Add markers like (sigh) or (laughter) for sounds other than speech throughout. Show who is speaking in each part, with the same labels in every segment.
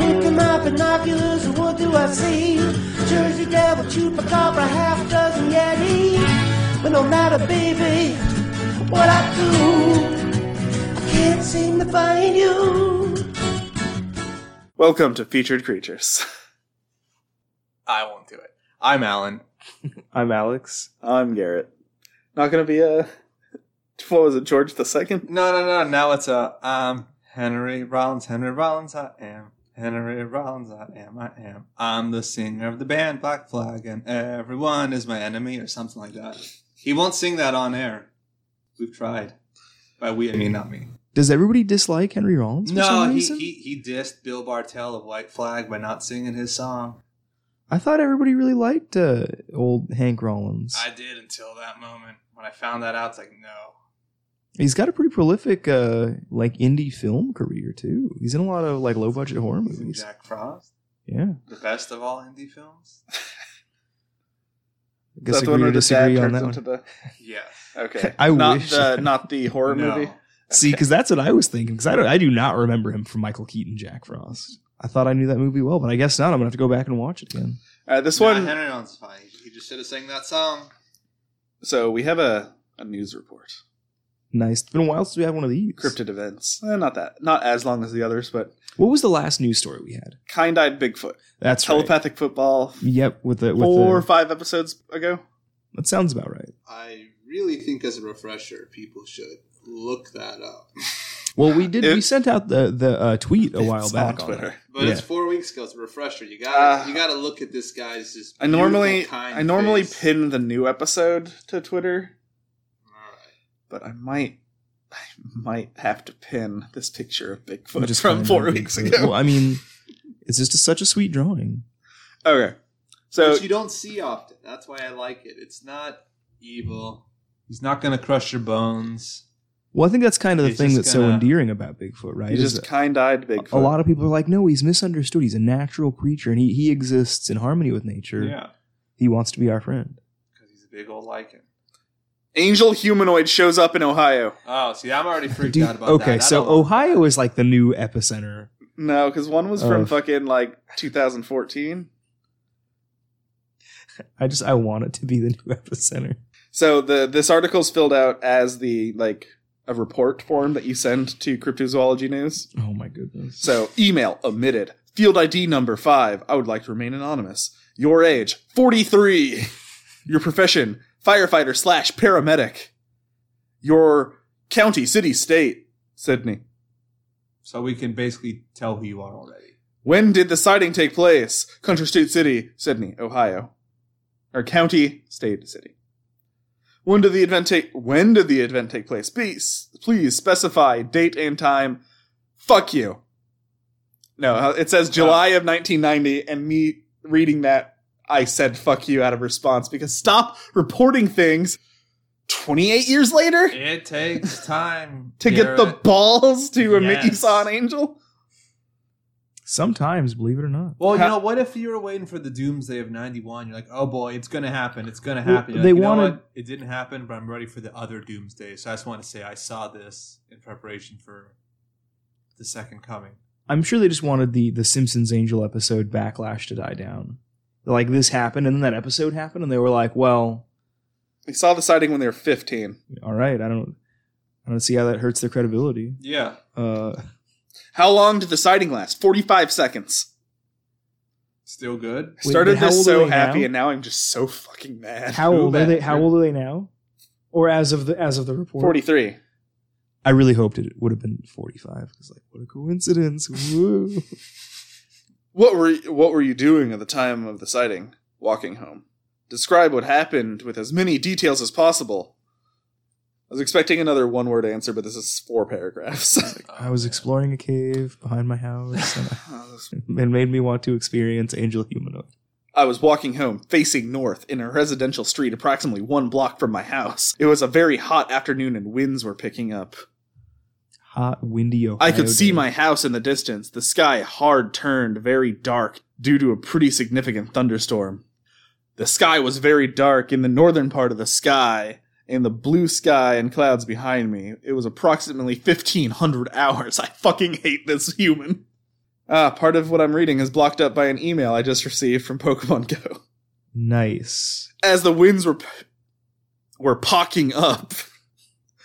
Speaker 1: got binoculars, and what do I see? Jersey Devil, Chupacabra, half dozen Yeti. But no matter, baby, what I do, I can't seem to find you.
Speaker 2: Welcome to Featured Creatures. (laughs)
Speaker 3: I won't do it. I'm Alan.
Speaker 4: I'm Alex.
Speaker 2: I'm Garrett. Not gonna be a what was it, George the Second?
Speaker 3: No, no, no. Now it's a um Henry Rollins. Henry Rollins, I am. Henry Rollins, I am. I am. I'm the singer of the band Black Flag, and everyone is my enemy, or something like that. He won't sing that on air. We've tried. By we, I mean not me.
Speaker 4: Does everybody dislike Henry Rollins? For
Speaker 3: No,
Speaker 4: some
Speaker 3: he,
Speaker 4: reason?
Speaker 3: he he dissed Bill Bartell of White Flag by not singing his song.
Speaker 4: I thought everybody really liked uh, old Hank Rollins.
Speaker 3: I did until that moment when I found that out. It's like no.
Speaker 4: He's got a pretty prolific, uh, like indie film career too. He's in a lot of like low budget horror
Speaker 3: Isn't
Speaker 4: movies.
Speaker 3: Jack Frost
Speaker 4: Yeah,
Speaker 3: the best of all indie
Speaker 4: (laughs)
Speaker 3: films?
Speaker 4: I guess agree to disagree on that one.
Speaker 2: the
Speaker 3: Yes.
Speaker 2: okay.
Speaker 4: (laughs) I
Speaker 2: not
Speaker 4: wish.
Speaker 2: the not the
Speaker 4: (laughs)
Speaker 2: horror
Speaker 3: No.
Speaker 2: movie.
Speaker 4: See, because that's what I was thinking. Because I don't, I do not remember him from Michael Keaton, Jack Frost. I thought I knew that movie well, but I guess not. I'm gonna have to go back and watch it again.
Speaker 2: Uh, this
Speaker 3: Nah,
Speaker 2: one.
Speaker 3: Henry Rollins is fine. He- He just should have sang that song.
Speaker 2: So we have a, a news report.
Speaker 4: Nice. It's been a while since we had one of these.
Speaker 2: Cryptid events. Eh, not that. Not as long as the others, but
Speaker 4: What was the last news story we had?
Speaker 2: kind-eyed Bigfoot,
Speaker 4: That's right.
Speaker 2: telepathic football.
Speaker 4: Yep, with the with
Speaker 2: Four or
Speaker 4: the,
Speaker 2: five episodes ago.
Speaker 4: that sounds about right.
Speaker 3: I really think, as a refresher, people should look that up.
Speaker 4: Well, we did.
Speaker 2: It-
Speaker 4: we sent out the the uh, tweet a while
Speaker 2: It's
Speaker 4: back
Speaker 2: on
Speaker 4: on
Speaker 2: Twitter.
Speaker 4: it.
Speaker 3: But it's
Speaker 4: Yeah.
Speaker 3: four weeks ago. It's a refresher. You got
Speaker 2: Ah.
Speaker 3: to you got to look at this guy's just.
Speaker 2: I normally
Speaker 3: beautiful, kind
Speaker 2: I normally
Speaker 3: face.
Speaker 2: pin the new episode to Twitter,
Speaker 3: Alright.
Speaker 2: but I might I might have to pin this picture of
Speaker 4: We
Speaker 2: Bigfoot
Speaker 4: just
Speaker 2: from
Speaker 4: find
Speaker 2: four
Speaker 4: out
Speaker 2: weeks
Speaker 4: Bigfoot.
Speaker 2: ago.
Speaker 4: Well, I mean, it's just a, such a sweet drawing.
Speaker 2: Okay, so
Speaker 3: Which you don't see often. That's why I like it. It's not evil. He's not gonna crush your bones.
Speaker 4: Well, I think that's kind of the
Speaker 3: He's
Speaker 4: thing
Speaker 3: just
Speaker 4: that's so
Speaker 3: gonna-
Speaker 4: endearing about Bigfoot, right?
Speaker 2: you
Speaker 4: Is
Speaker 2: just kind-eyed Bigfoot.
Speaker 4: a, a lot of people are like, no, he's misunderstood. He's a natural creature, and he he exists in harmony with nature.
Speaker 3: Yeah,
Speaker 4: He wants to be our friend.
Speaker 3: because he's a big old lichen.
Speaker 2: angel humanoid shows up in Ohio.
Speaker 3: Oh, see,
Speaker 2: (laughs)
Speaker 3: I'm already freaked
Speaker 4: Dude,
Speaker 3: out about that.
Speaker 4: okay,
Speaker 3: I
Speaker 4: so
Speaker 3: don't want
Speaker 4: Ohio is like the new epicenter.
Speaker 2: No, because one was from
Speaker 4: Oh.
Speaker 2: fucking like 2014.
Speaker 4: I just I want it to be the new (laughs) epicenter.
Speaker 2: So the this article's filled out as the like a report form that you send to cryptozoology news.
Speaker 4: Oh my goodness.
Speaker 2: So email omitted. Field ID number five. I would like to remain anonymous. Your age, 43. Your profession, firefighter slash paramedic. Your county, city, state, Sydney.
Speaker 3: So we can basically tell who you are already.
Speaker 2: When did the sighting take place? Country, state, city, Sydney, Ohio. Or county, state, city. When did the event take when did the event take place? Please please specify date and time. Fuck you. No, uh, it says July of 1990 and me reading that I said fuck you out of response because stop reporting things 28 years later
Speaker 3: It takes time
Speaker 2: to get the
Speaker 3: Garrett.
Speaker 2: balls to admit you
Speaker 3: Yes.
Speaker 2: saw an angel.
Speaker 4: Sometimes, believe it or not.
Speaker 3: Well,
Speaker 2: Ha-
Speaker 3: you know, what if you were waiting for the doomsday of '91? You're like, oh boy, it's gonna happen. It's gonna
Speaker 4: Well,
Speaker 3: happen. You're
Speaker 4: they
Speaker 3: like, you know
Speaker 4: wanted-
Speaker 3: what? It didn't happen, but I'm ready for the other doomsday. So I just want to say I saw this in preparation for the second coming.
Speaker 4: I'm sure they just wanted the the Simpsons Angel episode backlash to die down. Like this happened, and then that episode happened, and they were like, "Well,
Speaker 2: They saw the sighting when they were 15.
Speaker 4: all right, I don't, I don't see how that hurts their credibility."
Speaker 3: Yeah,
Speaker 4: Uh,
Speaker 2: How long did the sighting last? 45 seconds.
Speaker 3: still good.
Speaker 4: Wait,
Speaker 2: Started
Speaker 4: but how
Speaker 2: this
Speaker 4: old are
Speaker 2: so
Speaker 4: they
Speaker 2: happy
Speaker 4: now?
Speaker 2: and now I'm just so fucking mad.
Speaker 4: how
Speaker 3: Who
Speaker 4: old are
Speaker 3: back
Speaker 4: they? How
Speaker 3: then?
Speaker 4: old are they now? Or as of the as of the report,
Speaker 2: 43.
Speaker 4: I really hoped it would have been forty-five because, like, what a coincidence! Woo.
Speaker 2: What were what were you doing at the time of the sighting? Walking home. Describe what happened with as many details as possible. I was expecting another one-word answer, but this is four paragraphs. (laughs)
Speaker 4: I was exploring a cave behind my house, and
Speaker 2: I
Speaker 4: it made me want to experience angel humanoid.
Speaker 2: was walking home, facing north, in a residential street approximately one block from my house. It was a very hot afternoon and winds were picking up.
Speaker 4: Hot, windy Ohio.
Speaker 2: I could see
Speaker 4: day.
Speaker 2: my house in the distance, the sky hard turned very dark due to a pretty significant thunderstorm. The sky was very dark in the northern part of the sky, and the blue sky and clouds (laughs) behind me. It was approximately 1500 hours. I fucking hate this human. Ah, part of what I'm reading is blocked up by an email I just received from Pokemon Go. (laughs)
Speaker 4: Nice.
Speaker 2: As the winds were p- were pocking up,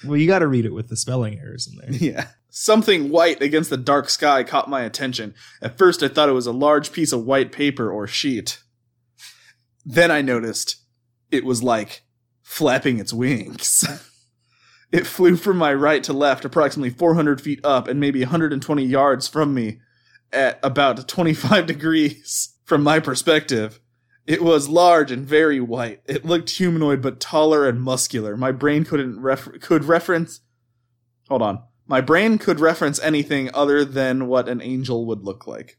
Speaker 4: Well, you got to read it with the spelling errors (laughs) in there.
Speaker 2: yeah, something white against the dark sky caught my attention. At first, I thought it was a large piece of white paper or sheet. Then I noticed it was like flapping its wings. (laughs) it flew from my right to left, approximately 400 feet up and maybe 120 yards from me at about 25 (laughs) degrees from my perspective. It was large and very white. It looked humanoid but taller and muscular. My brain couldn't ref- could reference Hold on. My brain could reference anything other than what an angel would look like.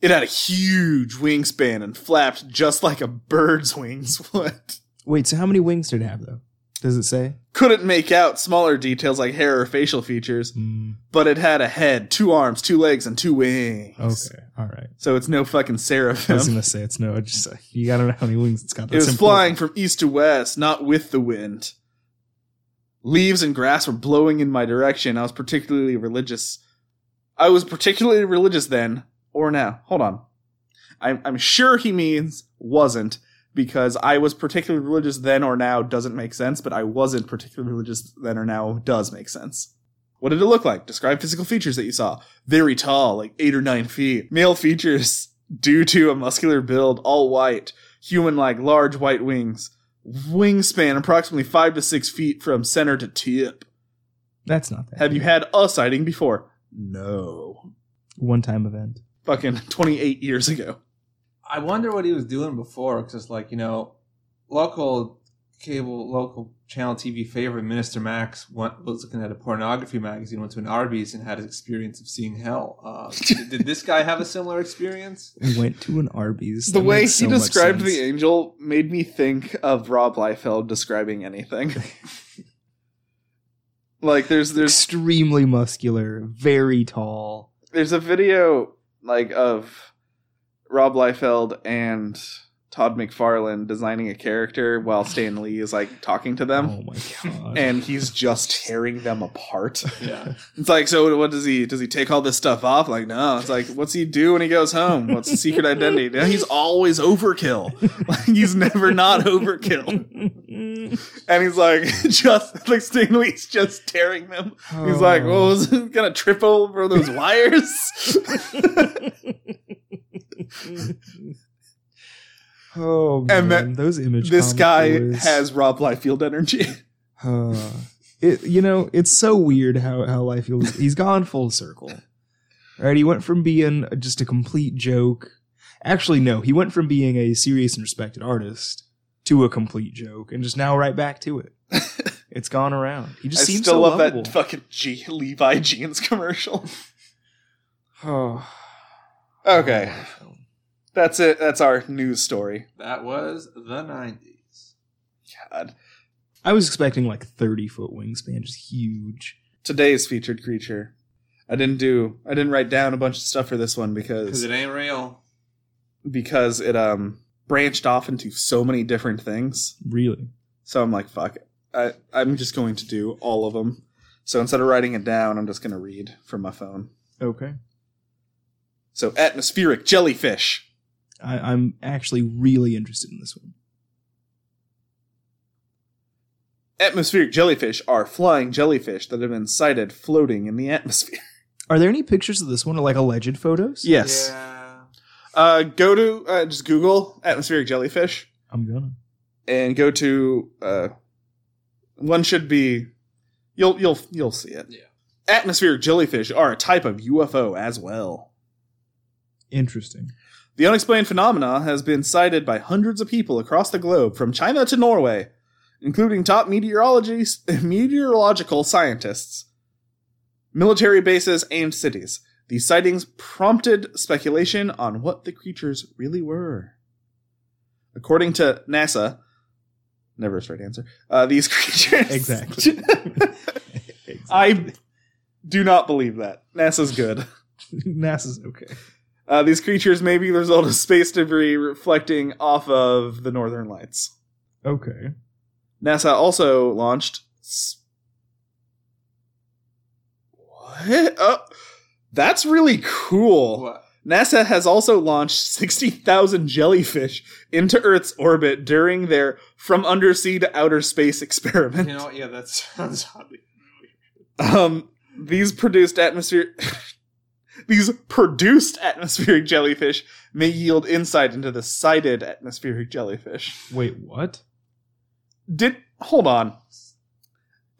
Speaker 2: It had a huge wingspan and flapped just like a bird's wings (laughs) would.
Speaker 4: Wait, so how many wings did it have though? Does it say?
Speaker 2: Couldn't make out smaller details like hair or facial features,
Speaker 4: Mm,
Speaker 2: but it had a head, two arms, two legs, and two wings.
Speaker 4: okay, all right.
Speaker 2: So it's no fucking
Speaker 4: I was
Speaker 2: seraphim.
Speaker 4: gonna say it's no. I just uh, you gotta know how many wings it's got.
Speaker 2: It was
Speaker 4: That's
Speaker 2: flying
Speaker 4: important.
Speaker 2: from east to west, not with the wind. Leaves and grass were blowing in my direction. I was particularly religious. I was particularly religious then, or now. Hold on. I'm, I'm sure he means wasn't, because I was particularly religious then or now doesn't make sense, but I wasn't particularly religious then or now does make sense. What did it look like? Describe physical features that you saw. Very tall, like eight or nine feet. Male features, (laughs) due to a muscular build, all white human like large white wings. Wingspan approximately five to six feet from center to tip.
Speaker 4: That's not that.
Speaker 2: Have you had a sighting before? No.
Speaker 4: one time event?
Speaker 2: Fucking 28 years ago.
Speaker 3: I wonder what he was doing before, because like you know, local cable, local channel TV favorite Minister Max went, was looking at a pornography magazine, went to an Arby's, and had an experience of seeing hell. Uh, did, did this guy have a similar experience?
Speaker 4: We went to an Arby's.
Speaker 2: The
Speaker 4: That
Speaker 2: way
Speaker 4: makes so
Speaker 2: he
Speaker 4: much
Speaker 2: described
Speaker 4: sense.
Speaker 2: the angel made me think of Rob Liefeld describing
Speaker 4: (laughs)
Speaker 2: anything. like there's there's
Speaker 4: extremely muscular, very tall.
Speaker 2: there's a video like of Rob Liefeld and Todd McFarlane designing a character while Stan Lee is like talking to them.
Speaker 4: oh my god! (laughs)
Speaker 2: and he's just tearing them apart.
Speaker 3: Yeah,
Speaker 2: It's like, so what does he does he take all this stuff off? Like, no. It's like, what's he do when he goes home? What's his secret identity? No, he's always overkill. (laughs) Like, he's never not overkill.
Speaker 4: (laughs)
Speaker 2: And he's like, (laughs) just like Stingley's just tearing them. He's like, well, was he gonna trip over those
Speaker 4: (laughs)
Speaker 2: wires? (laughs)
Speaker 4: oh man,
Speaker 2: And that-
Speaker 4: those image.
Speaker 2: this
Speaker 4: comic
Speaker 2: guy
Speaker 4: boys.
Speaker 2: has Rob Liefeld energy.
Speaker 4: Uh, it, you know, it's so weird how how life feels. He's gone full circle. Right, he went from being just a complete joke. Actually, no, he went from being a serious and respected artist to a complete joke, and just now right back to
Speaker 2: (laughs)
Speaker 4: it. It's gone around. He
Speaker 2: I
Speaker 4: just
Speaker 2: still
Speaker 4: seems so
Speaker 2: love
Speaker 4: lovable.
Speaker 2: that fucking G- Levi jeans commercial.
Speaker 4: (sighs)
Speaker 2: (laughs)
Speaker 4: Oh.
Speaker 2: Okay, that's it. That's our news story.
Speaker 3: that was the nineties.
Speaker 2: God.
Speaker 4: I was expecting like thirty foot wingspan, just huge.
Speaker 2: today's featured creature. I didn't do I didn't write down a bunch of stuff for this one
Speaker 3: Because
Speaker 2: because
Speaker 3: it ain't real.
Speaker 2: because it um branched off into so many different things.
Speaker 4: Really,
Speaker 2: So I'm like fuck. it. I I'm just going to do all of them. So instead of writing it down, I'm just going to read from my phone.
Speaker 4: okay.
Speaker 2: So atmospheric jellyfish.
Speaker 4: I, I'm actually really interested in this one.
Speaker 2: Atmospheric jellyfish are flying jellyfish that have been sighted floating in the atmosphere.
Speaker 4: Are there any pictures of this one or like alleged photos?
Speaker 2: Yes.
Speaker 3: Yeah.
Speaker 2: Uh, go to uh, just Google atmospheric jellyfish.
Speaker 4: I'm gonna.
Speaker 2: and go to uh, one should be you'll you'll you'll see it.
Speaker 3: Yeah.
Speaker 2: Atmospheric jellyfish are a type of UFO as well.
Speaker 4: Interesting.
Speaker 2: The unexplained phenomena has been cited by hundreds of people across the globe from China to Norway, including top meteorology meteorological scientists, military bases and cities. These sightings prompted speculation on what the creatures really were. According to NASA, never a straight answer. Uh, these (laughs) creatures
Speaker 4: Exactly.
Speaker 2: (laughs) I do not believe that. NASA's good.
Speaker 4: (laughs) NASA's okay.
Speaker 2: Uh, these creatures may be the result of space debris reflecting off of the northern lights.
Speaker 4: Okay.
Speaker 2: NASA also launched. s- What? Oh, That's really cool.
Speaker 3: What?
Speaker 2: NASA has also launched 60,000 jellyfish into Earth's orbit during their From Undersea to Outer Space (laughs)
Speaker 3: You
Speaker 2: experiment.
Speaker 3: know, what? yeah, that (laughs) sounds oddly.
Speaker 2: Um, these produced atmosphere. (laughs) these produced atmospheric jellyfish may yield insight into the sighted atmospheric jellyfish.
Speaker 4: Wait, what?
Speaker 2: Did. Hold on.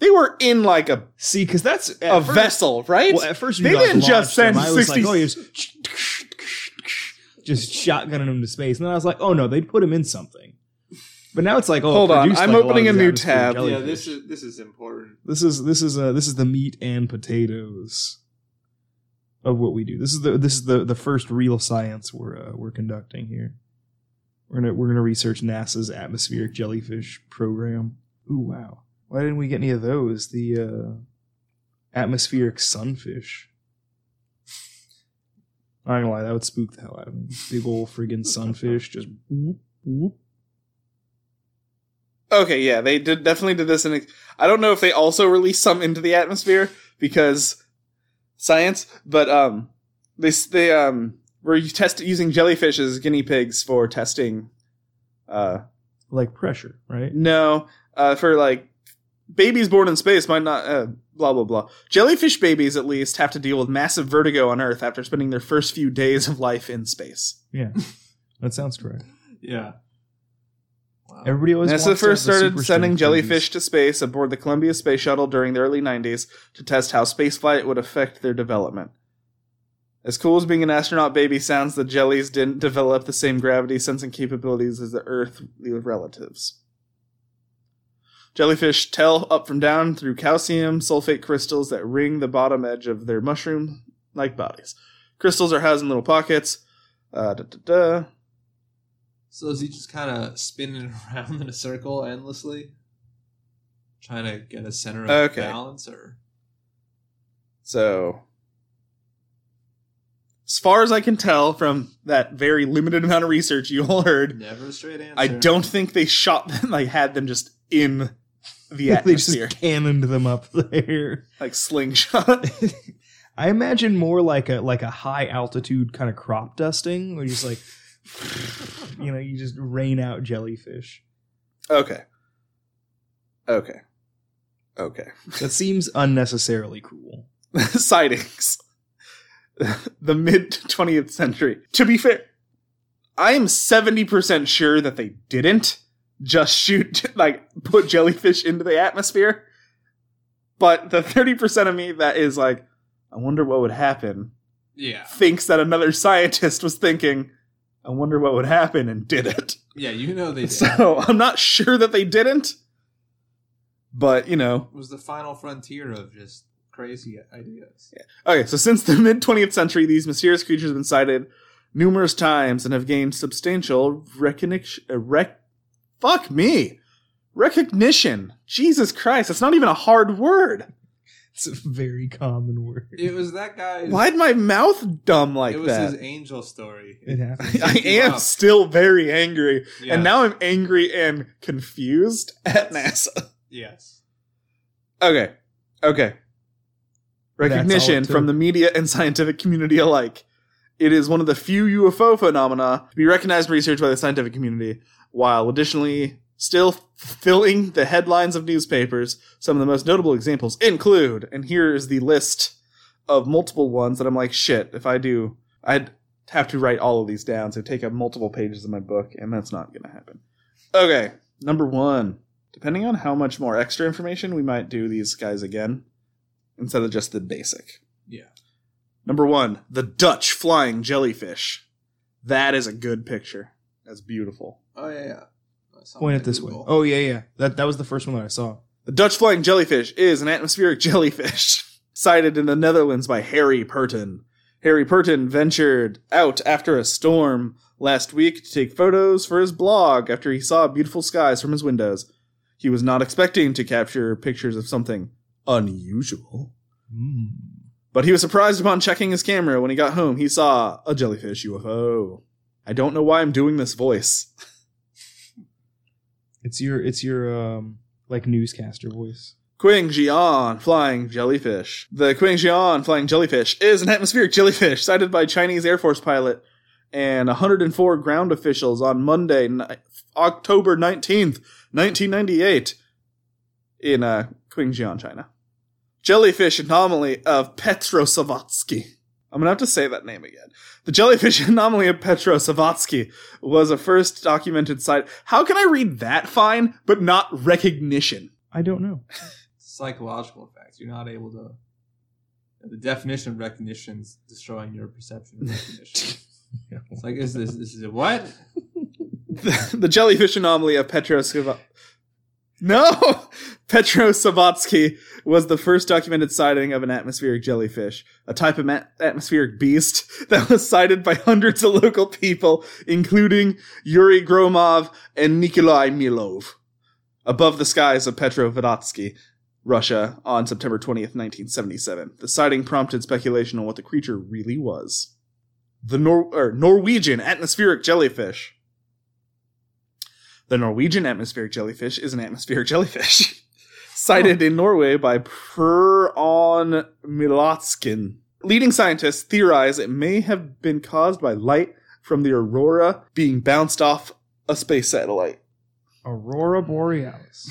Speaker 2: They were in like a,
Speaker 4: See, because that's at
Speaker 2: a
Speaker 4: first-
Speaker 2: vessel, right?
Speaker 4: Well, at first you
Speaker 2: They
Speaker 4: guys
Speaker 2: didn't just
Speaker 4: launched
Speaker 2: send
Speaker 4: them. I was
Speaker 2: 60
Speaker 4: like, oh, he's just shotgunning him to space, and then I was like, oh no, they'd put him in something. But now it's like, oh,
Speaker 2: Hold on,
Speaker 4: produced,
Speaker 2: I'm
Speaker 4: like, lot
Speaker 2: opening
Speaker 4: of
Speaker 2: a
Speaker 4: these
Speaker 2: new
Speaker 4: atmospheric
Speaker 2: tab.
Speaker 4: jellyfish.
Speaker 3: Yeah, this is this is important.
Speaker 4: This is this is uh, this is the meat and potatoes of what we do. This is the this is the the first real science we're uh, we're conducting here. We're gonna we're gonna research NASA's atmospheric jellyfish program. Ooh wow! Why didn't we get any of those? The uh, atmospheric sunfish. I ain't gonna lie, that would spook the hell out of me. Big old friggin' sunfish just whoop whoop.
Speaker 2: Okay, yeah, they did definitely did this, and I don't know if they also released some into the atmosphere because science, but um, they s- they um were test using jellyfish as guinea pigs for testing, uh,
Speaker 4: like pressure,
Speaker 2: (laughs)
Speaker 4: right?
Speaker 2: no, uh, for like babies born in space might not uh, blah blah blah. Jellyfish babies at least have to deal with massive vertigo on Earth after spending their first few days of life in space.
Speaker 4: Yeah, that sounds correct.
Speaker 3: Yeah. Wow.
Speaker 4: Everybody always wants to
Speaker 2: NASA
Speaker 4: have
Speaker 2: first
Speaker 4: the
Speaker 2: started
Speaker 4: super
Speaker 2: sending
Speaker 4: strength
Speaker 2: jellyfish to space aboard the Columbia Space Shuttle during the early 90s to test how spaceflight would affect their development. As cool as being an astronaut baby sounds, the jellies didn't develop the same gravity sensing capabilities as the Earthly relatives. Jellyfish tell up from down through calcium sulfate crystals that ring the bottom edge of their mushroom like bodies. Crystals are housed in little pockets. Uh, da, da, da.
Speaker 3: So is he just kind of spinning (laughs) around in a circle endlessly, trying to get a center of
Speaker 2: Okay.
Speaker 3: balance, or
Speaker 2: So, as far as I can tell from that very limited amount of research you all heard,
Speaker 3: never a straight answer?
Speaker 2: I don't think they shot them, (laughs) like, had them just in the
Speaker 4: (laughs) they
Speaker 2: atmosphere,
Speaker 4: just cannoned them up (laughs)
Speaker 2: (laughs)
Speaker 4: there.
Speaker 2: like
Speaker 4: (laughs)
Speaker 2: slingshot.
Speaker 4: I imagine more like a like a high altitude kind of crop dusting, where you just like, you know, you just rain out jellyfish.
Speaker 2: okay. Okay. Okay.
Speaker 4: That seems unnecessarily cool.
Speaker 2: (laughs) Sightings. the mid 20th century. To be fair, I am 70% sure that they didn't just shoot, (laughs) like, put jellyfish into the atmosphere. But the 30% of me that is like, I wonder what would happen,
Speaker 3: Yeah,
Speaker 2: thinks that another scientist was thinking, I wonder what would happen, and did it. (laughs)
Speaker 3: yeah, you know they. Did.
Speaker 2: So I'm not sure that they didn't. But, you know,
Speaker 3: It was the final frontier of just crazy ideas.
Speaker 2: Okay, so since the (laughs) mid 20th century, these mysterious creatures have been sighted numerous times and have gained substantial recognition. Uh, rec- fuck me! Recognition! Jesus Christ, that's not even a hard word!
Speaker 4: It's a very common word.
Speaker 3: It was that guy.
Speaker 2: Why'd my mouth dumb like
Speaker 3: it was
Speaker 2: that? (laughs)
Speaker 3: his angel story.
Speaker 4: It happens.
Speaker 2: I am
Speaker 3: Wow.
Speaker 2: still very angry,
Speaker 3: Yeah.
Speaker 2: and now I'm angry and confused at NASA.
Speaker 3: yes,
Speaker 2: Okay, okay.
Speaker 4: That's all it
Speaker 2: recognition
Speaker 4: took.
Speaker 2: from the media and scientific community alike. It is one of the few UFO phenomena to be recognized and researched by the scientific community, while additionally still filling the headlines of newspapers. Some of the most notable examples include, and here is the list of multiple ones that I'm like, shit, if I do, I'd have to write all of these down, so take up multiple pages of my book, and that's not going to happen. Okay, number one. Depending on how much more extra information, we might do these guys again instead of just the basic.
Speaker 3: Yeah.
Speaker 2: Number one, the Dutch flying jellyfish. That is a good picture. That's beautiful.
Speaker 3: oh yeah, yeah. That's
Speaker 4: Point
Speaker 3: on
Speaker 4: it this way.
Speaker 3: Google.
Speaker 4: Oh yeah, yeah. That that was the first one that I saw.
Speaker 2: The Dutch flying jellyfish is an atmospheric (laughs) jellyfish sighted in the Netherlands by Harry Purton. Harry Purton ventured out after a storm last week to take photos for his blog after he saw beautiful skies from his windows. He was not expecting to capture pictures of something unusual.
Speaker 4: Mm.
Speaker 2: But he was surprised upon checking his camera when he got home. He saw a jellyfish UFO. I don't know why I'm doing this voice.
Speaker 4: It's your it's your um like newscaster voice.
Speaker 2: Qingjian flying jellyfish. The Qingjian flying jellyfish is an atmospheric jellyfish sighted by Chinese Air Force pilot and 104 ground officials on Monday, ni- October 19th, 1998, in uh, Qingjian, China. Jellyfish anomaly of Petrosavatsky. I'm gonna have to say that name again. The jellyfish (laughs) anomaly of Petrosavatsky was a first documented sight. How can I read that fine, but not recognition?
Speaker 4: I don't know.
Speaker 3: psychological effects. You're not able to. The definition of recognition's destroying your perception of
Speaker 4: (laughs)
Speaker 3: recognition. It's like, is this this is a what?
Speaker 2: the, (laughs) the jellyfish anomaly of Petrosava- No! (laughs) Petrosavatsky was the first documented sighting of an atmospheric jellyfish, a type of ma- atmospheric beast (laughs) that was sighted by hundreds of local people, including Yuri Gromov and Nikolai Milov, above the skies of Petrovatsky, Russia, on September 20th, 1977. The sighting prompted speculation on what the creature really was. The Nor- or Norwegian atmospheric jellyfish. The Norwegian atmospheric jellyfish is an atmospheric (laughs) jellyfish sighted in Norway by Per-On Milatskin. Leading scientists theorize it may have been caused by light from the aurora being bounced off a space satellite.
Speaker 4: Aurora Borealis.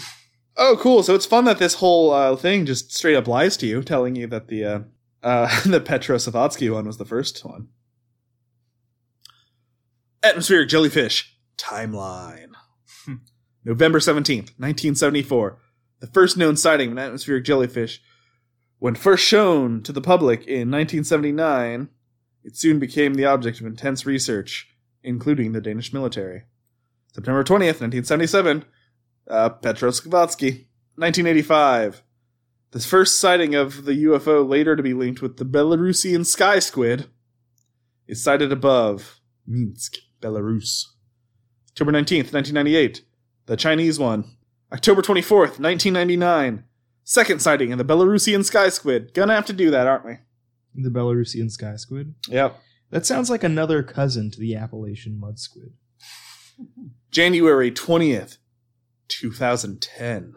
Speaker 2: Oh, cool! So it's fun that this whole uh, thing just straight up lies to you, telling you that the uh, uh, (laughs) the Petrosavatsky one was the first one. Atmospheric jellyfish timeline. (laughs) November 17th, 1974. The first known sighting of an atmospheric jellyfish. When first shown to the public in 1979, it soon became the object of intense research, including the Danish military. September 20th, 1977, uh, Petroskvatsky. 1985. The first sighting of the UFO later to be linked with the Belarusian sky squid is sighted above Minsk, Belarus. October 19th, 1998. The Chinese one. October 24th, 1999. Second sighting of the Belarusian sky squid. Gonna have to do that, aren't we?
Speaker 4: The Belarusian sky squid.
Speaker 2: Yep.
Speaker 4: That sounds like another cousin to the Appalachian mud squid.
Speaker 2: January 20th, 2010.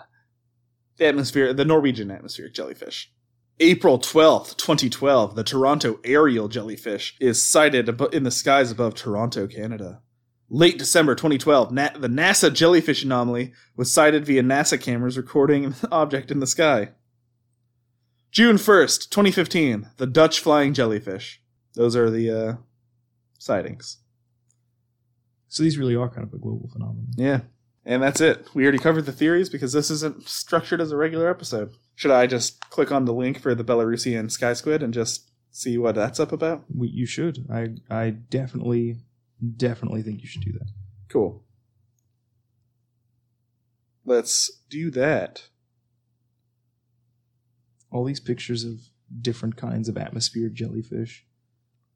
Speaker 2: The atmosphere, the Norwegian atmospheric jellyfish. April 12th, 2012, the Toronto aerial jellyfish is sighted abo- in the skies above Toronto, Canada. Late December 2012, Na- the NASA jellyfish anomaly was sighted via NASA cameras recording an (laughs) object in the sky. June 1st, 2015, the Dutch flying jellyfish. Those are the uh, sightings.
Speaker 4: So these really are kind of a global phenomenon.
Speaker 2: Yeah. And that's it. We already covered the theories because this isn't structured as a regular episode. Should I just click on the link for the Belarusian sky squid and just see what that's up about?
Speaker 4: We, you should. I I definitely definitely think you should do that.
Speaker 2: Cool. Let's do that.
Speaker 4: All these pictures of different kinds of atmospheric jellyfish,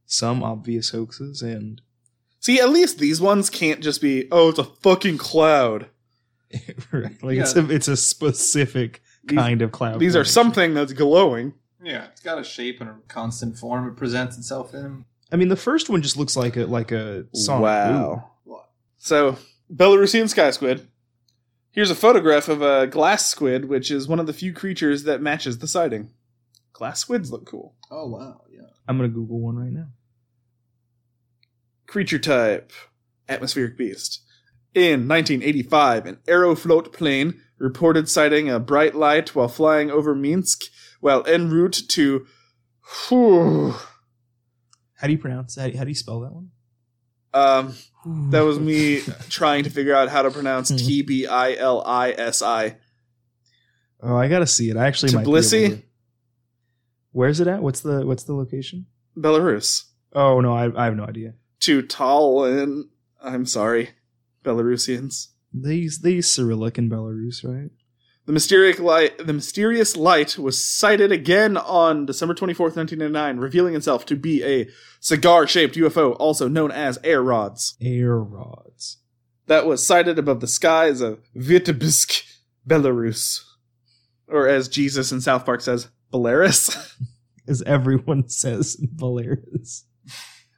Speaker 4: some obvious hoaxes, and (laughs)
Speaker 2: See, at least these ones can't just be, oh, it's a fucking cloud.
Speaker 4: right, like it's a it's a specific
Speaker 2: These-
Speaker 4: kind of cloud.
Speaker 2: These are
Speaker 4: formation.
Speaker 2: something that's glowing.
Speaker 3: Yeah, it's got a shape and a constant form it presents itself in.
Speaker 4: I mean, the first one just looks like a like a song.
Speaker 2: Wow. So, Belarusian sky squid. Here's a photograph of a glass squid, which is one of the few creatures that matches the sighting. Glass squids look cool.
Speaker 3: Oh wow, yeah.
Speaker 4: I'm gonna Google one right now.
Speaker 2: creature type, atmospheric beast. In 1985, an Aeroflot plane reported sighting a bright light while flying over Minsk while en route to. Whew.
Speaker 4: How do you pronounce? How do you, how do you spell that one?
Speaker 2: um, that was
Speaker 4: (laughs)
Speaker 2: me trying to figure out how to pronounce
Speaker 4: Mhm.
Speaker 2: T B I L I S I.
Speaker 4: Oh, I gotta see it. I actually might be able
Speaker 2: Tbilisi?
Speaker 4: to- Where's it at? What's the what's the location?
Speaker 2: Belarus.
Speaker 4: Oh no, I, I have no idea.
Speaker 2: To Tallinn. I'm sorry, Belarusians.
Speaker 4: These these Cyrillic in Belarus, right?
Speaker 2: The mysterious light, the mysterious light was sighted again on December 24th, 1999, revealing itself to be a cigar-shaped UFO, also known as air rods,
Speaker 4: Air rods.
Speaker 2: that was sighted above the skies of Vitebsk, Belarus, or as Jesus in South Park says, Belarus. (laughs)
Speaker 4: As everyone (laughs) says in Belarus.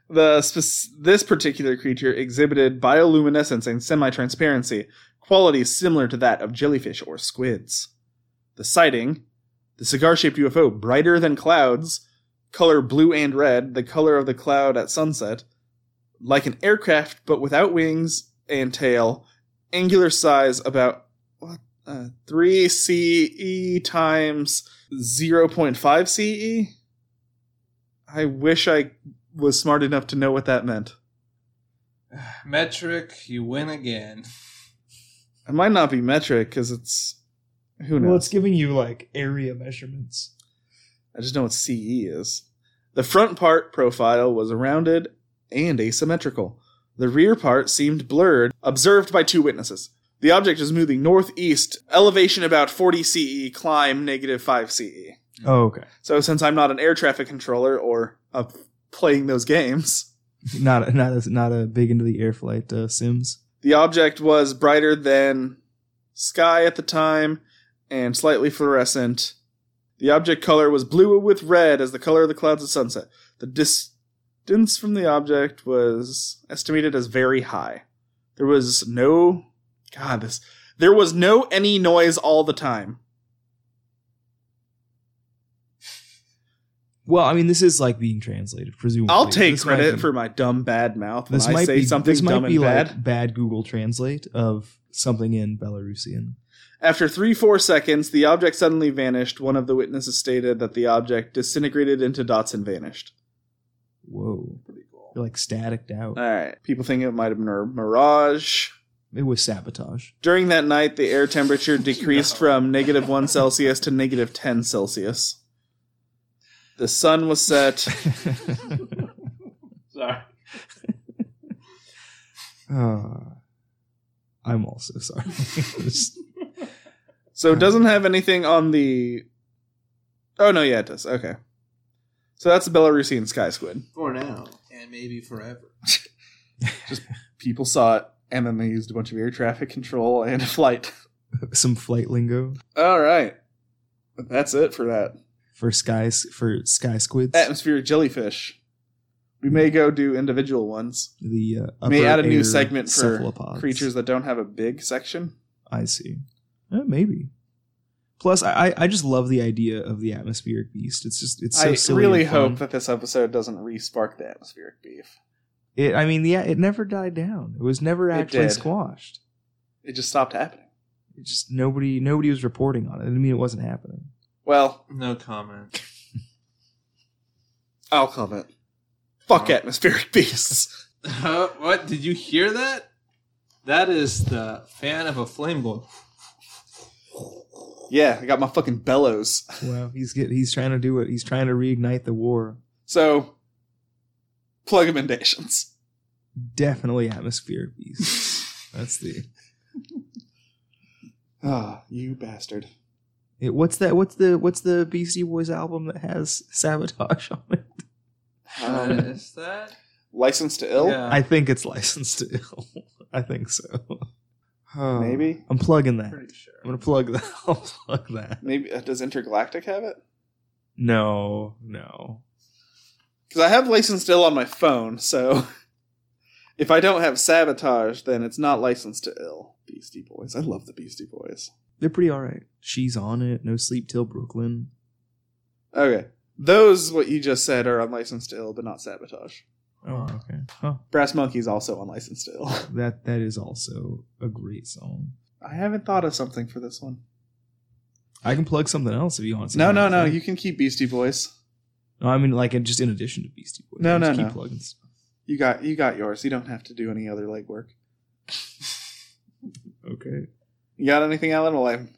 Speaker 2: the spec- this particular creature exhibited bioluminescence and semi-transparency, qualities similar to that of jellyfish or squids. the sighting, the cigar shaped UFO brighter than clouds, color blue and red, the color of the cloud at sunset, like an aircraft but without wings and tail, angular size about what, uh, 3 CE times 0.5 CE? E? I wish I was smart enough to know what that meant.
Speaker 3: Metric, you win again.
Speaker 2: It might not be metric because it's who knows.
Speaker 4: Well, it's giving you like area measurements.
Speaker 2: I just know what CE is. The front part profile was rounded and asymmetrical. The rear part seemed blurred, observed by two witnesses. The object is moving northeast, elevation about 40 CE, climb negative 5 CE.
Speaker 4: Oh, okay.
Speaker 2: So, since I'm not an air traffic controller or uh, playing those games,
Speaker 4: Not a, not a, not a big into the air flight uh, sims.
Speaker 2: the object was brighter than sky at the time and slightly fluorescent. The object color was blue with red as the color of the clouds at sunset. The distance from the object was estimated as very high. There was no God, this there was no any noise all the time.
Speaker 4: Well, I mean, this is like being translated, presumably.
Speaker 2: I'll take
Speaker 4: This might
Speaker 2: credit
Speaker 4: be-
Speaker 2: for my dumb bad mouth when
Speaker 4: this
Speaker 2: I
Speaker 4: might
Speaker 2: say
Speaker 4: be
Speaker 2: something
Speaker 4: this might
Speaker 2: dumb
Speaker 4: be
Speaker 2: and bad.
Speaker 4: like bad Google Translate of something in Belarusian.
Speaker 2: After three, four seconds, the object suddenly vanished. One of the witnesses stated that the object disintegrated into dots and vanished.
Speaker 4: Whoa,
Speaker 2: Pretty cool. Uh,
Speaker 4: you're like staticked out.
Speaker 2: All right. People think it might have been a mirage.
Speaker 4: It was sabotage.
Speaker 2: During that night, the air temperature decreased from negative 1 Celsius to negative 10 Celsius. The sun was set.
Speaker 3: Sorry.
Speaker 2: Uh,
Speaker 4: Ah, I'm
Speaker 2: (laughs)
Speaker 4: also sorry. Just-
Speaker 2: So it doesn't have anything on the. Oh, no, yeah, it does. Okay. So that's the Belarusian sky squid.
Speaker 3: For now. And maybe forever.
Speaker 2: People saw it, and then they used a bunch of air traffic control and flight.
Speaker 4: (laughs) some flight lingo
Speaker 2: All right. That's it for that.
Speaker 4: for skies for sky squids.
Speaker 2: Atmospheric jellyfish. We may go do individual ones.
Speaker 4: the uh, upper
Speaker 2: may add a new
Speaker 4: air
Speaker 2: segment for
Speaker 4: cephalopods.
Speaker 2: creatures that don't have a big section.
Speaker 4: I see. Eh, maybe. Plus, I I- I just love the idea of the atmospheric beast. It's just it's so
Speaker 2: I
Speaker 4: silly
Speaker 2: really
Speaker 4: and fun.
Speaker 2: hope that this episode doesn't re-spark the atmospheric beef.
Speaker 4: It, I mean, yeah, it never died down. It was never
Speaker 2: It
Speaker 4: actually
Speaker 2: did.
Speaker 4: squashed.
Speaker 2: It just stopped happening.
Speaker 4: It just nobody nobody was reporting on it. I mean, it wasn't happening.
Speaker 2: Well,
Speaker 3: No comment. (laughs)
Speaker 2: I'll comment. Fuck
Speaker 3: Oh.
Speaker 2: atmospheric (laughs) beasts.
Speaker 3: Uh, what? Did you hear that? That is the fan of a flame going.
Speaker 2: yeah, I got my fucking bellows.
Speaker 4: Wow, he's get, he's trying to do it. He's trying to reignite the war.
Speaker 2: So, plug emendations.
Speaker 4: Definitely atmospheric beasts. That's the
Speaker 2: Ah, you bastard.
Speaker 4: it, what's that? What's the what's the Beastie Boys album that has sabotage on it?
Speaker 2: Um,
Speaker 3: Uh,
Speaker 2: (laughs)
Speaker 3: is that?
Speaker 2: License to ill?
Speaker 3: Yeah.
Speaker 4: I think it's licensed to ill. (laughs) I think so. Huh.
Speaker 2: Maybe.
Speaker 4: I'm plugging that.
Speaker 3: pretty
Speaker 4: I'm
Speaker 3: sure.
Speaker 4: gonna plug that. (laughs) I'll plug that.
Speaker 2: Maybe uh, does Intergalactic have it?
Speaker 4: No, no.
Speaker 2: Because I have license to ill on my phone, so (laughs) if I don't have sabotage, then it's not license to ill. Beastie Boys. I love the Beastie Boys.
Speaker 4: They're pretty all right. She's on it. No sleep till Brooklyn.
Speaker 2: Okay. Those, what you just said, are unlicensed to ill, but not sabotage.
Speaker 4: Oh, okay. Huh.
Speaker 2: Brass Monkey's also unlicensed to ill. (laughs)
Speaker 4: That that is also a great song.
Speaker 2: I haven't thought of something for this one.
Speaker 4: I can plug something else if you want.
Speaker 2: No,
Speaker 4: something
Speaker 2: no,
Speaker 4: else,
Speaker 2: no.
Speaker 4: right?
Speaker 2: You can keep Beastie Boys.
Speaker 4: No, I mean like in- just in addition to Beastie Boys.
Speaker 2: No,
Speaker 4: I just
Speaker 2: no,
Speaker 4: keep
Speaker 2: no.
Speaker 4: plugging stuff.
Speaker 2: You got, you got yours. You don't have to do any other legwork.
Speaker 4: Okay.
Speaker 2: You got anything, Alan? While I'm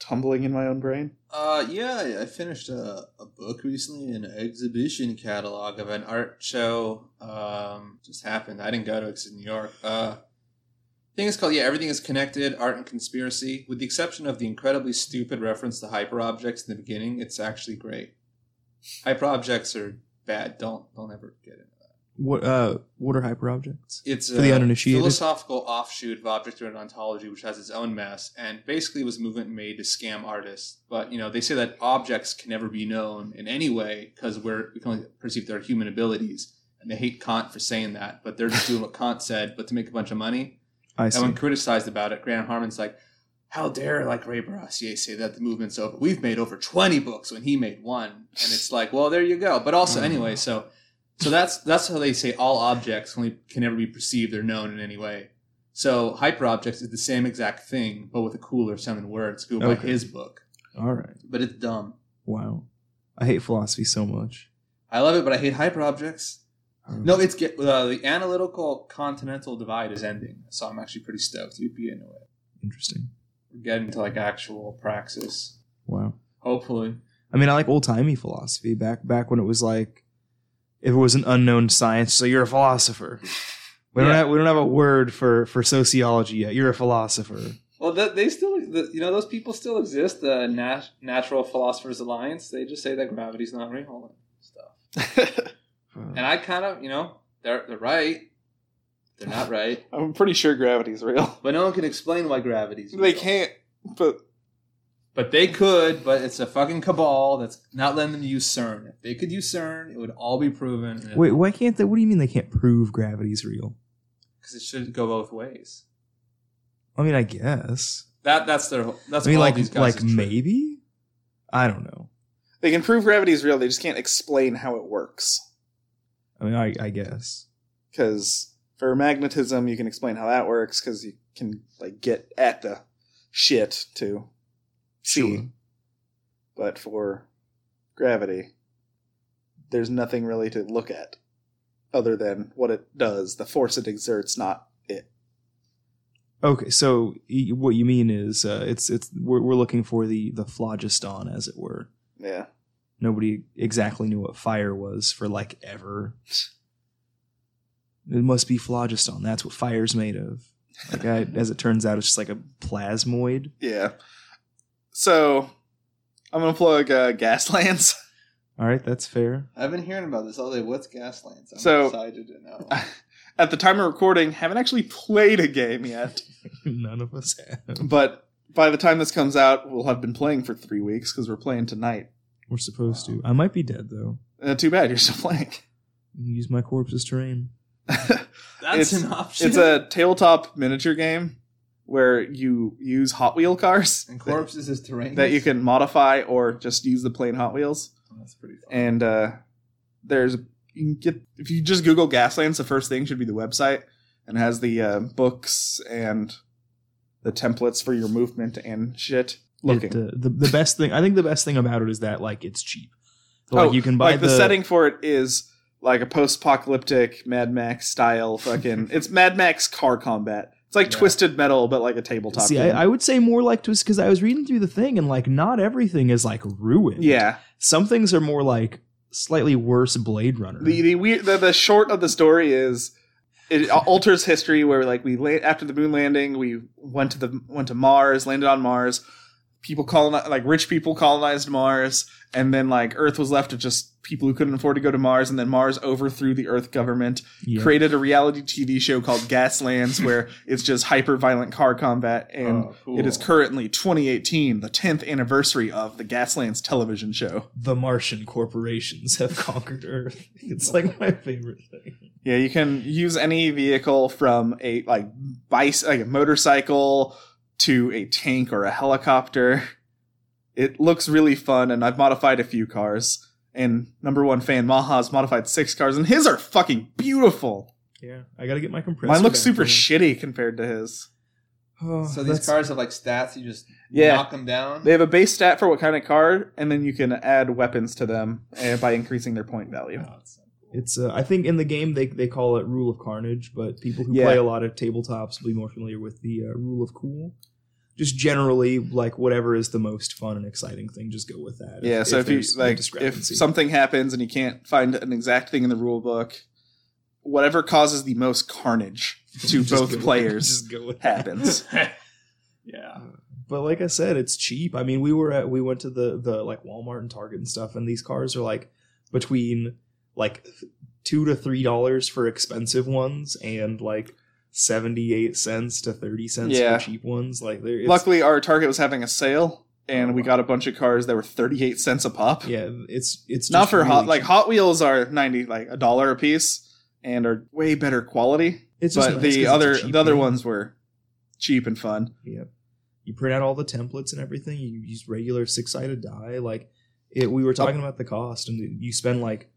Speaker 2: tumbling in my own brain. (laughs)
Speaker 3: Uh, yeah, I finished a, a book recently, an exhibition catalog of an art show. Um, just happened. I didn't go to it. It's in New York. Uh, I think it's called yeah. Everything is connected. Art and conspiracy, with the exception of the incredibly stupid reference to hyper objects in the beginning. It's actually great. Hyper objects are bad. Don't don't ever get it.
Speaker 4: What uh what are hyper objects?
Speaker 3: It's
Speaker 4: For the
Speaker 3: a
Speaker 4: uninitiated?
Speaker 3: philosophical offshoot of object-oriented ontology, which has its own mess, and basically was a movement made to scam artists. But you know, they say that objects can never be known in any way because we're we can only perceive their human abilities, and they hate Kant for saying that. But they're just doing what Kant said, but to make a bunch of money.
Speaker 4: I
Speaker 3: And
Speaker 4: see.
Speaker 3: when criticized about it, Graham Harmon's like, how dare like Ray Barrassier say that the movement's over? We've made over twenty books when he made one, and it's like, well, there you go. But
Speaker 4: Mm.
Speaker 3: also, anyway, so so that's that's how they say all objects only can never be perceived or known in any way. So hyperobjects is the same exact thing, but with a cooler sounding word. It's go by
Speaker 4: Okay.
Speaker 3: his book,
Speaker 4: All right.
Speaker 3: but it's dumb.
Speaker 4: Wow. I hate philosophy so much.
Speaker 3: I love it, but I hate hyperobjects. No, it's get, uh, the analytical continental divide is ending, so I'm actually pretty stoked. You'd be into it.
Speaker 4: Interesting.
Speaker 3: We're getting to like actual praxis,
Speaker 4: Wow.
Speaker 3: hopefully.
Speaker 4: I mean, I like old timey philosophy back back when it was like, if it was an unknown science, so you're a
Speaker 3: (laughs)
Speaker 4: philosopher. We don't
Speaker 3: Yeah.
Speaker 4: have we don't have a word for for sociology yet. You're a philosopher.
Speaker 3: Well, th they still, the, you know, those people still exist. The Nat- Natural Philosophers Alliance. They just say that gravity's not real and stuff. And I kind of, you know, they're they're right. They're not right,
Speaker 2: I'm pretty sure gravity's real.
Speaker 3: (laughs) but no one can explain why gravity's.
Speaker 2: They
Speaker 3: real.
Speaker 2: can't, but
Speaker 3: But they could, but it's a fucking cabal that's not letting them use CERN. If they could use CERN, it would all be proven. and-
Speaker 4: Wait, why can't they? What do you mean they can't prove gravity's real?
Speaker 3: because it should go both ways.
Speaker 4: I mean, I guess.
Speaker 3: That that's their. That's
Speaker 4: I mean,
Speaker 3: all
Speaker 4: like
Speaker 3: these guys.
Speaker 4: like
Speaker 3: is true.
Speaker 4: maybe. I don't know.
Speaker 2: they can prove gravity's real. They just can't explain how it works.
Speaker 4: I mean, I, I guess.
Speaker 2: because for magnetism you can explain how that works because you can like get at the shit to see
Speaker 4: Sure.
Speaker 2: but for gravity there's nothing really to look at other than what it does the force it exerts not it
Speaker 4: Okay, so y- what you mean is uh, it's it's we're, we're looking for the the phlogiston, as it were.
Speaker 2: yeah
Speaker 4: Nobody exactly knew what fire was for like ever. It must be phlogiston. That's what fire's made of. Like I, as it turns out, it's just like a plasmoid.
Speaker 2: yeah so i'm gonna plug uh, gaslands (laughs)
Speaker 4: All right, that's fair.
Speaker 3: I've been hearing about this all day. What's Gaslands? I'm
Speaker 2: So-
Speaker 3: excited to know.
Speaker 2: at the time of recording haven't actually played a game yet
Speaker 4: None of us have.
Speaker 2: But by the time this comes out, we'll have been playing for three weeks because we're playing tonight.
Speaker 4: We're supposed to. I might be dead though.
Speaker 2: Uh, too bad (laughs) you're still playing.
Speaker 4: Use my corpse as terrain.
Speaker 3: (laughs) That's
Speaker 2: it's-
Speaker 3: an option.
Speaker 2: it's a tabletop miniature game where you use Hot Wheel cars
Speaker 3: (laughs) and corpses is terrain
Speaker 2: that, that you can modify or just use the plain Hot Wheels.
Speaker 3: Oh, That's pretty. Fun.
Speaker 2: And uh, there's you can get if you just Google Gaslands, the first thing should be the website and it has the uh, books and the templates for your movement and shit. Looking.
Speaker 4: It, uh, the the best thing I think the best thing about it is that like it's cheap. So, like
Speaker 2: Oh,
Speaker 4: you can buy
Speaker 2: like the, setting for it is like a post-apocalyptic Mad Max style fucking. it's Mad Max car combat. It's like
Speaker 3: Yeah.
Speaker 2: Twisted Metal, but like a tabletop.
Speaker 4: See,
Speaker 2: game.
Speaker 4: I, I would say more like twist because I was reading through the thing and like not everything is like ruined.
Speaker 2: yeah.
Speaker 4: some things are more like slightly worse Blade Runner.
Speaker 2: The the weird the, the short of the story is it alters history where like we la- after the moon landing we went to the went to Mars, landed on Mars. People colonized like rich people colonized Mars, and then like Earth was left with just people who couldn't afford to go to Mars, and then Mars overthrew the Earth government,
Speaker 4: Yeah.
Speaker 2: created a reality TV show called Gaslands, where it's just hyper violent car combat. And
Speaker 3: Oh, cool.
Speaker 2: it is currently 2018, the 10th anniversary of the Gaslands television show.
Speaker 4: the Martian corporations have (laughs) conquered Earth. It's like my favorite thing.
Speaker 2: Yeah, you can use any vehicle from a like bice, like a motorcycle to a tank or a helicopter. It looks really fun, and I've modified a few cars. And number one fan Maha's modified six cars, and his are fucking beautiful.
Speaker 4: Yeah, I gotta get my compressor.
Speaker 2: Mine looks
Speaker 4: back
Speaker 2: super
Speaker 4: going. (sighs)
Speaker 2: shitty compared to his.
Speaker 4: Oh,
Speaker 3: so these
Speaker 4: that's-
Speaker 3: cars have like stats. You just
Speaker 2: Yeah.
Speaker 3: knock them down.
Speaker 2: They have a base stat for what kind of card, and then you can add weapons to them uh, by increasing their point value.
Speaker 3: Oh, it's so cool.
Speaker 4: It's uh, I think in the game they they call it Rule of Carnage, but people who
Speaker 2: Yeah.
Speaker 4: play a lot of tabletops will be more familiar with the uh, Rule of Cool. Just generally, like whatever is the most fun and exciting thing, just go with that.
Speaker 2: Yeah, so if,
Speaker 4: there's a
Speaker 2: you like, if
Speaker 4: discrepancy.
Speaker 2: something happens and you can't find an exact thing in the rule book, whatever causes the most
Speaker 4: (laughs)
Speaker 2: carnage to
Speaker 4: (laughs) Just go
Speaker 2: both
Speaker 4: with-
Speaker 2: players
Speaker 4: just go with that.
Speaker 2: happens.
Speaker 3: yeah.
Speaker 4: Uh, But like I said, it's cheap. I mean, we were at we went to the the like Walmart and Target and stuff, and these cars are like between like two to three dollars for expensive ones, and like seventy eight cents to thirty cents
Speaker 2: Yeah.
Speaker 4: for cheap ones. Like they're (laughs) it's-
Speaker 2: Luckily, our target was having a sale, and
Speaker 4: Oh,
Speaker 2: we
Speaker 4: wow.
Speaker 2: got a bunch of cars that were thirty-eight cents a pop.
Speaker 4: yeah, it's it's
Speaker 2: Not
Speaker 4: just
Speaker 2: for
Speaker 4: really
Speaker 2: hot like
Speaker 4: cheap.
Speaker 2: Hot Wheels are ninety like a dollar a piece and are way better quality.
Speaker 4: It's just
Speaker 2: but
Speaker 4: nice 'cause
Speaker 2: the
Speaker 4: it's
Speaker 2: other
Speaker 4: a cheap
Speaker 2: the other
Speaker 4: game.
Speaker 2: ones were cheap and fun.
Speaker 4: Yep. You print out all the templates and everything. You use regular six sided die. Like it, we were talking about the cost, and you spend like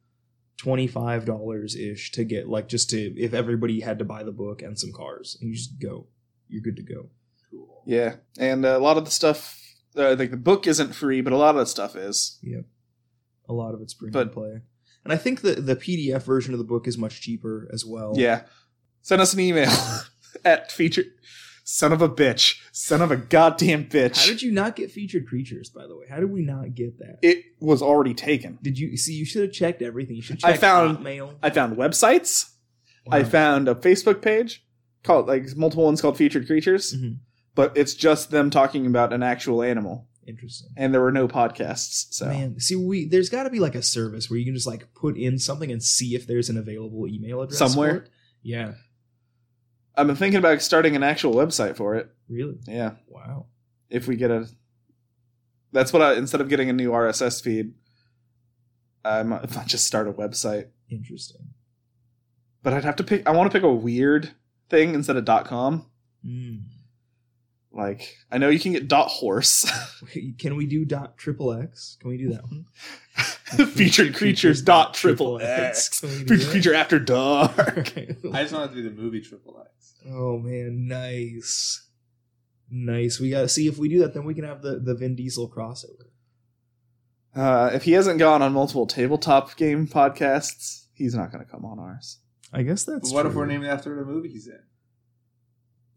Speaker 4: twenty five dollars ish to get like just to if everybody had to buy the book and some cars, and you just go. You're good to go.
Speaker 3: Cool.
Speaker 2: Yeah, and uh, a lot of the stuff, uh, like the book isn't free, but a lot of the stuff is.
Speaker 4: A lot of it's free to
Speaker 2: But-
Speaker 4: play, and I think the the PDF version of the book is much cheaper as well.
Speaker 2: Yeah. Send us an email (laughs) at feature. Son of a bitch. Son of a goddamn bitch.
Speaker 4: How did you not get featured creatures? By the way, how did we not get that?
Speaker 2: it was already taken.
Speaker 4: Did you see? You should have checked everything. You should.
Speaker 2: I
Speaker 4: Check
Speaker 2: found-
Speaker 4: mail.
Speaker 2: I found websites. I found a Facebook page called like multiple ones called featured creatures,
Speaker 4: Mhm.
Speaker 2: but it's just them talking about an actual animal,
Speaker 4: interesting.
Speaker 2: and there were no podcasts. So
Speaker 4: Man, see, we there's got to be like a service where you can just like put in something and see if there's an available email address for
Speaker 2: Somewhere.
Speaker 4: it. Yeah,
Speaker 2: I've been thinking about starting an actual website for it.
Speaker 4: really.
Speaker 2: Yeah,
Speaker 4: Wow.
Speaker 2: if we get a, that's what I instead of getting a new RSS feed, I might I might just start a website.
Speaker 4: Interesting.
Speaker 2: But I'd have to pick. I want to pick a weird thing instead of dot .com.
Speaker 4: Mm.
Speaker 2: Like I know you can get dot .horse. (laughs)
Speaker 4: Can we do dot triple X? Can we do that one?
Speaker 2: featured creatures dot triple (laughs) x
Speaker 4: Can we do
Speaker 2: featured
Speaker 4: that?
Speaker 2: creature after dark
Speaker 4: (laughs) Okay.
Speaker 3: I just want it to be the movie Triple X.
Speaker 4: Oh man, nice, nice. We gotta see if we do that, then we can have the the Vin Diesel crossover.
Speaker 2: (laughs) uh, if he hasn't gone on multiple tabletop game podcasts he's not going to come on ours
Speaker 4: I guess
Speaker 3: But
Speaker 4: that's.
Speaker 3: what if we're
Speaker 4: (laughs)
Speaker 3: named after the movie he's in?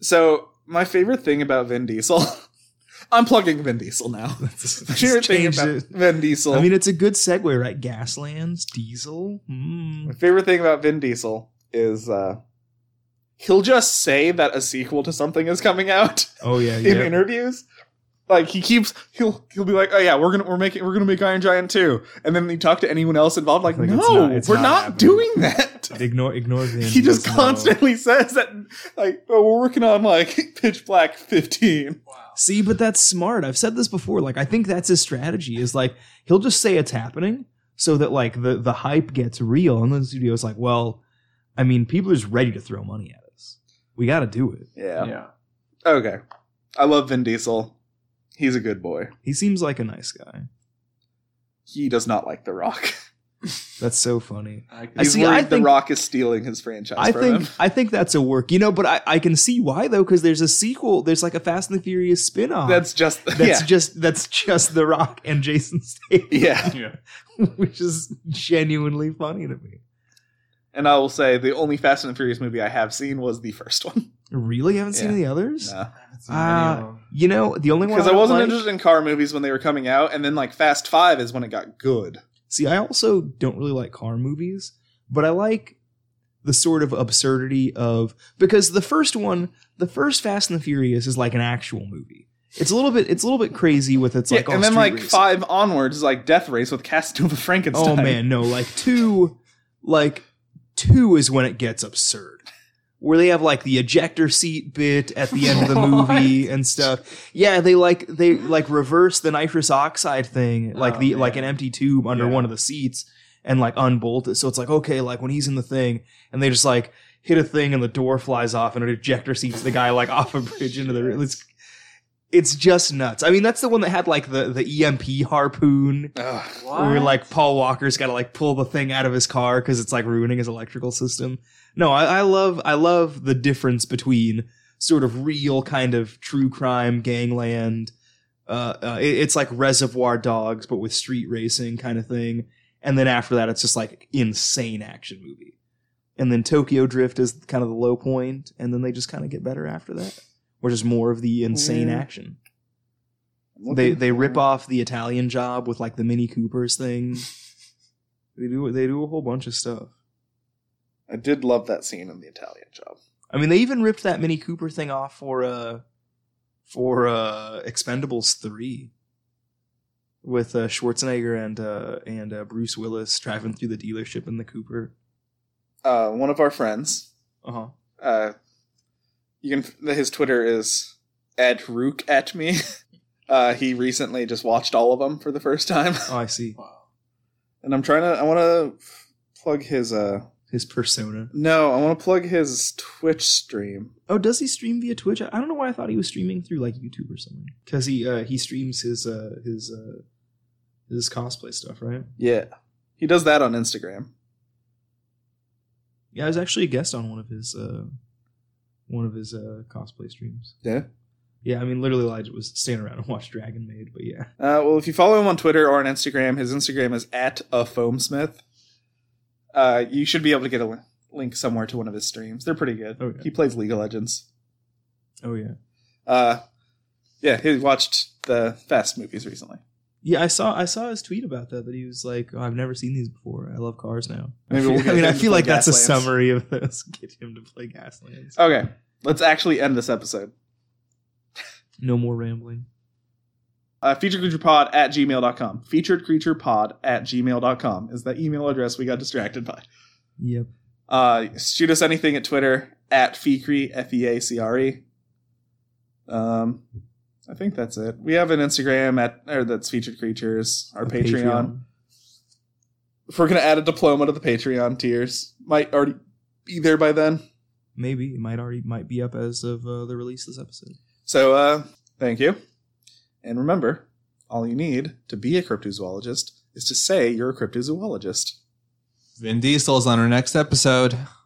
Speaker 2: so my favorite thing about vin diesel (laughs) i'm plugging vin diesel now my favorite thing about vin diesel
Speaker 4: I mean, it's a good segue, right? Gaslands, Diesel. Mm.
Speaker 2: my favorite thing about vin diesel is uh, he'll just say that a sequel to something is coming out (laughs)
Speaker 4: Oh yeah,
Speaker 2: in interviews. Like he keeps he'll he'll be like, oh yeah, we're gonna we're making we're gonna make Iron Giant too, and then you talk to anyone else involved, like,
Speaker 4: Like,
Speaker 2: no,
Speaker 4: it's not- it's
Speaker 2: we're
Speaker 4: not
Speaker 2: not,
Speaker 4: happening."
Speaker 2: doing that. (laughs)
Speaker 4: Ignore, ignore Vin.
Speaker 2: he just
Speaker 4: doesn't know.
Speaker 2: constantly says that, like, oh, we're working on like (laughs) Pitch Black 15.
Speaker 3: Wow.
Speaker 4: See, but that's smart. I've said this before. Like, I think that's his strategy. Is like he'll just say it's happening, so that like the the hype gets real, and then the studio's like, well, I mean, people are just ready to throw money at us. We got to do it.
Speaker 2: Yeah.
Speaker 3: yeah.
Speaker 2: Okay. I love Vin Diesel. He's a good boy.
Speaker 4: He seems like a nice guy.
Speaker 2: He does not like The Rock.
Speaker 4: That's so funny.
Speaker 3: I could-
Speaker 2: He's
Speaker 4: see, I
Speaker 2: worried The
Speaker 4: think-
Speaker 2: Rock is stealing his franchise
Speaker 4: I
Speaker 2: from
Speaker 4: think
Speaker 2: him.
Speaker 4: I think that's a work, you know. But I, I can see why though, because there's a sequel. There's like a Fast and the Furious spin-off.
Speaker 2: That's just
Speaker 4: (laughs) that's just that's just The Rock and Jason Statham,
Speaker 2: yeah. yeah.
Speaker 3: (laughs) yeah.
Speaker 4: (laughs) which is genuinely funny to me.
Speaker 2: And I will say the only Fast and the Furious movie I have seen was the first
Speaker 4: (laughs)
Speaker 2: one.
Speaker 4: Really, you haven't seen
Speaker 2: Yeah.
Speaker 4: any others?
Speaker 2: No.
Speaker 4: Ah, You know, the only one
Speaker 2: because I
Speaker 4: don't
Speaker 2: wasn't
Speaker 4: like-
Speaker 2: interested in car movies when they were coming out, and then like Fast Five is when it got good.
Speaker 4: See, I also don't really like car movies, but I like the sort of absurdity of because the first one, the first Fast and the Furious, is like an actual movie. It's a little bit, it's a little bit crazy with its
Speaker 2: Yeah,
Speaker 4: like, all
Speaker 2: and then
Speaker 4: street
Speaker 2: like
Speaker 4: racing.
Speaker 2: five onwards is like Death Race with Casanova (laughs)
Speaker 4: Oh
Speaker 2: Frankenstein.
Speaker 4: man, no, like two, like two is when it gets absurd. Where they have like the ejector seat bit at the end
Speaker 3: (laughs)
Speaker 4: of the movie and stuff. Yeah, they like they like reverse the nitrous oxide thing, like
Speaker 3: Oh,
Speaker 4: the
Speaker 3: man.
Speaker 4: like an empty tube under
Speaker 3: Yeah.
Speaker 4: one of the seats and like unbolt it. So it's like, okay, like when he's in the thing and they just like hit a thing and the door flies off and an ejector seats the guy like (laughs) off a bridge into the it's it's just nuts. I mean, that's the one that had like the the EMP harpoon
Speaker 2: Ugh.
Speaker 3: What?
Speaker 4: where like Paul Walker's got to like pull the thing out of his car because it's like ruining his electrical system. No, I, I love I love the difference between sort of real kind of true crime gangland. Uh, uh, it- it's like Reservoir Dogs, but with street racing kind of thing. And then after that, it's just like insane action movie. And then Tokyo Drift is kind of the low point, and then they just kind of get better after that, which is more of the insane
Speaker 2: Yeah.
Speaker 4: action they they rip off the Italian job with like the Mini Coopers thing. they do they do a whole bunch of stuff.
Speaker 2: I did love that scene in the Italian Job.
Speaker 4: I mean, they even ripped that Mini Cooper thing off for uh for uh Expendables three with uh, Schwarzenegger and uh, and uh, Bruce Willis driving through the dealership in the Cooper.
Speaker 2: Uh, one of our friends,
Speaker 4: Uh huh.
Speaker 2: uh, you can his Twitter is at Rook at me. (laughs) Uh, he recently just watched all of them for the first time, (laughs)
Speaker 4: Oh, I see.
Speaker 3: Wow.
Speaker 2: and I'm trying to. I want to plug his uh,
Speaker 4: his persona.
Speaker 2: No, I want to plug his Twitch stream.
Speaker 4: Oh, does he stream via Twitch? I I don't know why I thought he was streaming through like YouTube or something. Because he uh, he streams his uh, his uh, his cosplay stuff, right?
Speaker 2: Yeah. He does that on Instagram.
Speaker 4: Yeah, I was actually a guest on one of his uh, one of his uh, cosplay streams.
Speaker 2: Yeah.
Speaker 4: Yeah, I mean, literally, Elijah was standing around (laughs) and watched Dragon Maid, but yeah.
Speaker 2: Uh, well, if you follow him on Twitter or on Instagram, his Instagram is at a foamsmith. Uh, you should be able to get a li- link somewhere to one of his streams. They're pretty good.
Speaker 4: Oh, yeah.
Speaker 2: He plays League of Legends.
Speaker 4: Oh yeah.
Speaker 2: Uh, yeah, he watched the Fast movies recently.
Speaker 4: Yeah, I saw I saw his tweet about that. That he was like, oh, "I've never seen these before. I love cars now."
Speaker 2: (laughs) Maybe
Speaker 4: I,
Speaker 2: we'll
Speaker 4: feel,
Speaker 2: get
Speaker 4: I mean, I
Speaker 2: him to
Speaker 4: feel
Speaker 2: play
Speaker 4: like that's a
Speaker 2: Gaslands.
Speaker 4: summary of this. (laughs) Get him to play Gaslands.
Speaker 2: Okay, let's actually end this episode.
Speaker 4: No more rambling.
Speaker 2: Uh, featuredcreaturepod at gmail.com. Featuredcreaturepod at gmail.com is the email address we got distracted by.
Speaker 4: Yep.
Speaker 2: Uh, shoot us anything at Twitter at Feacre, F E A C R E. Um, I think that's it. We have an Instagram at or that's featured creatures. Our
Speaker 4: A
Speaker 2: Patreon. If we're gonna add a diploma to the Patreon tiers, might already be there by then.
Speaker 4: Maybe it might already might be up as of uh, the release of this episode.
Speaker 2: So uh, thank you, and remember, all you need to be a cryptozoologist is to say you're a cryptozoologist.
Speaker 3: Vin Diesel's on our next episode.